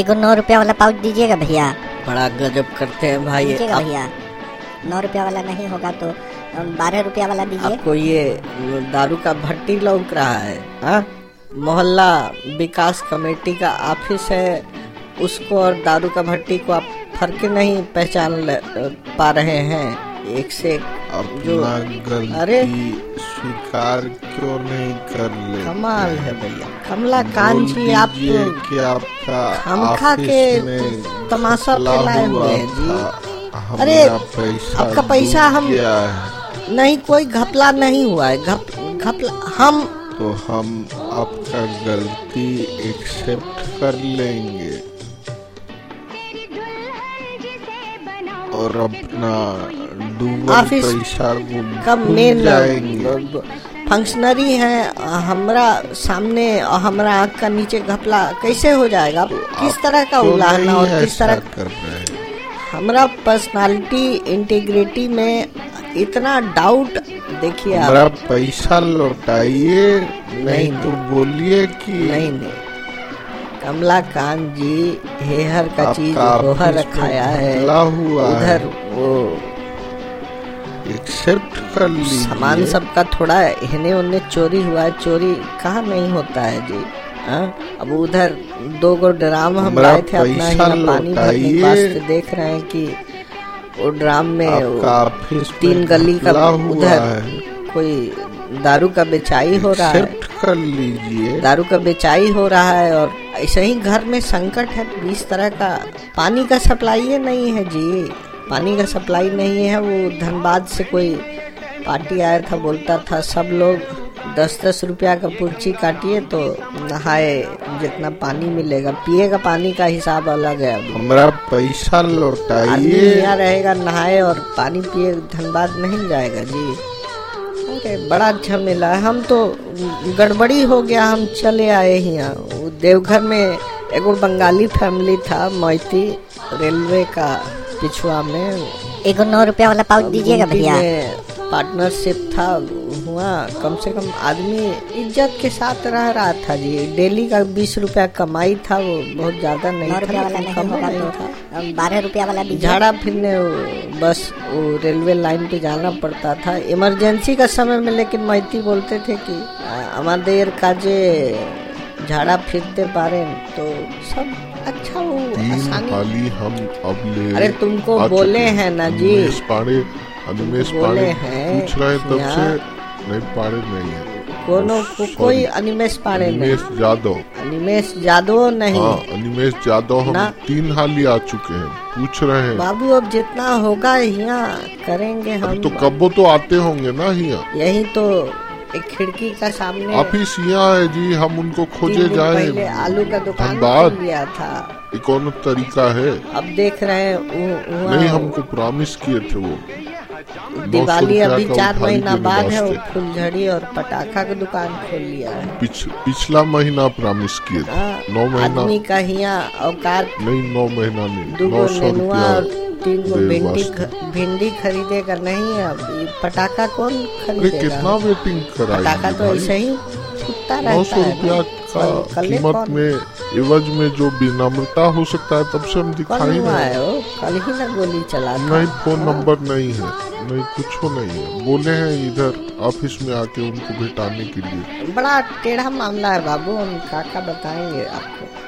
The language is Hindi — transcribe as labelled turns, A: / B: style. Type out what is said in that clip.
A: एक नौ रुपया वाला पाउच दीजिएगा भैया
B: बड़ा गजब करते हैं भाई
A: दीजिएगा
B: आप-
A: भैया नौ रुपया वाला नहीं होगा तो बारह रुपया वाला दीजिए
B: आपको ये दारू का भट्टी लौक रहा है हाँ? मोहल्ला विकास कमेटी का ऑफिस है उसको और दारू का भट्टी को आप फर्क ही नहीं पहचान ले- पा रहे हैं एक से एक जो
C: अपना
B: अरे
C: गलती स्वीकार क्यों नहीं कर ले
B: कमाल है भैया कमला कांत जी आप
C: कि आपका
B: खमखा
C: ऑफिस
B: के
C: में
B: तमाशा
C: घपला
B: फैलाए
C: हुआ
B: हुए हैं जी।
C: था। हमारा
B: अरे,
C: पैसा
B: आपका पैसा
C: डूब
B: हम-
C: गया है
B: नहीं कोई घपला नहीं हुआ है घप घपला हम
C: तो हम आपका गलती एक्सेप्ट कर लेंगे और अपना डूबा
B: ऑफिस
C: पैसा को
B: का
C: भूल
B: मेन
C: जाएंगे
B: फंक्शनरी है हमरा सामने और हमरा आँख का नीचे घपला कैसे हो जाएगा आप किस तरह का
C: क्यों
B: उलाहना
C: तो नहीं
B: और किस
C: ऐसा
B: तरह
C: कर रहे हैं
B: हमरा पर्सनालिटी इंटीग्रिटी में इतना डाउट देखिए आप
C: मेरा पैसा लौटाइए नहीं तो बोलिए कि
B: नहीं नहीं कमला कांत जी हेहर का चीज
C: आपका
B: लोहा
C: ऑफिस में
B: रखाया है
C: घपला हुआ है।
B: उधर वो
C: एक्सेप्ट कर लीजिए
B: सामान सबका थोड़ा हिने उन्ने चोरी हुआ है चोरी कहाँ नहीं होता है जी हाँ? अब उधर दो गो ड्राम हम
C: हमारा
B: लाए थे अपना
C: पैसा
B: यहाँ पानी भरने के
C: लौटाइए।
B: वास्ते देख रहे हैं कि वो ड्राम में वो
C: आपका ऑफिस में
B: तीन गली का
C: घपला हुआ
B: उधर
C: है।
B: कोई दारू का बेचाई हो रहा है
C: एक्सेप्ट कर लीजिए
B: दारू का बेचाई हो रहा है और ऐसे ही घर में संकट है इस तरह का पानी का सप्लाई ही नहीं है जी पानी का सप्लाई नहीं है वो धनबाद से कोई पार्टी आया था बोलता था सब लोग दस दस रुपया का पुर्ची काटिए तो नहाए जितना पानी मिलेगा पिएगा पानी का हिसाब अलग है अभी
C: हमारा पैसा
B: आदमी
C: लौटाइए
B: यहाँ रहेगा नहाए और पानी पिए धनबाद नहीं जाएगा जी अरे बड़ा अच्छा मिला है हम तो गड़बड़ी हो गया हम चले आए यहाँ वो देवघर में एगो बंगाली फैमिली था मोइती रेलवे का पिछुआ में
A: एक नौ रुपया वाला पाउच दीजिएगा भैया
B: पार्टनरशिप था हुआ कम से कम आदमी इज्जत के साथ रह रहा था जी डेली का बीस रुपया कमाई था वो बहुत ज्यादा नहीं
A: नौ
B: था
A: रुपया वाला
B: लेकिन
A: नहीं
B: कम
A: होगा
B: नहीं था
A: तो बारह रुपया वाला दीजिए
B: झाड़ा फिरने वो बस वो रेलवे लाइन पे जाना पड़ता था इमरजेंसी का समय में लेकिन माइती बोलते थे कि हमारे काजे झाड़ा फिरते पारे तो सब अच्छा वो
C: तीन
B: आसानी
C: थाली हम अब ले
B: अरे तुमको
C: आ चुके
B: बोले हैं ना जी।
C: अनुमेश पाड़े अनुमेश
B: तुमको
C: पाड़े
B: बोले हैं
C: पूछ रहे हैं तब से
B: यहाँ।
C: नहीं पाड़े नहीं है
B: कोनो को
C: सॉरी,
B: कोई अनिमेश पारे नहीं
C: अनुमेश यादव
B: अनिमेश यादव नहीं
C: हाँ अनिमेश यादव हम
B: ना।
C: तीन हाली आ चुके हैं पूछ रहे हैं
B: बाबू अब जितना होगा यहाँ करेंगे हम
C: अरे तो कब्बो तो आते होंगे ना यहाँ
B: यही तो एक खिड़की का सामने
C: ऑफिस यहाँ है जी हम उनको
B: तीन
C: खोजे
B: दिन
C: जाए
B: पहले आलू का दुकान
C: धनबाद
B: खुल गया था
C: ये कौन तरीका है
B: अब देख रहे हैं वो- वो-
C: नहीं हमको प्रॉमिस किए थे वो
B: दिवाली
C: रुपया
B: अभी
C: का
B: चार
C: उधारी
B: महीना
C: के
B: बाद है वो
C: वास्ते।
B: फुलझड़ी और पटाखा की दुकान खोल लिया है
C: पिछ, पिछला महीना प्रॉमिस किए
B: हाँ,
C: थे नौ महीना
B: आदमी का यहाँ औकात
C: नहीं नौ महीना
B: दो
C: नहीं
B: गो
C: नौ सौ
B: नेनुआ और
C: रुपया
B: तीन गो
C: दे
B: भिंडी
C: वास्ते।
B: ख- भिंडी खरीदेगा नहीं है अब ये पटाखा कौन
C: अरे
B: खरीदेगा
C: कितना वेटिंग
B: पटाखा
C: कराएंगे
B: तो ऐसे
C: भाई?
B: ही फूटता
C: नौ
B: रहता
C: सौ
B: है
C: रुपया
B: ना।
C: का
B: कल- कल ही
C: कीमत
B: कौन-
C: में एवज में जो विनम्रता हो सकता है तब से हम
B: कौन
C: दिखाई
B: हुआ
C: नहीं
B: है वो कल ही ना गोली चला था।
C: नहीं फोन नंबर नहीं है नहीं कुछ नहीं है बोले हैं इधर ऑफिस में आके उनको भेटाने के लिए
B: बड़ा टेढ़ा मामला है बाबू हम काका बताएंगे आपको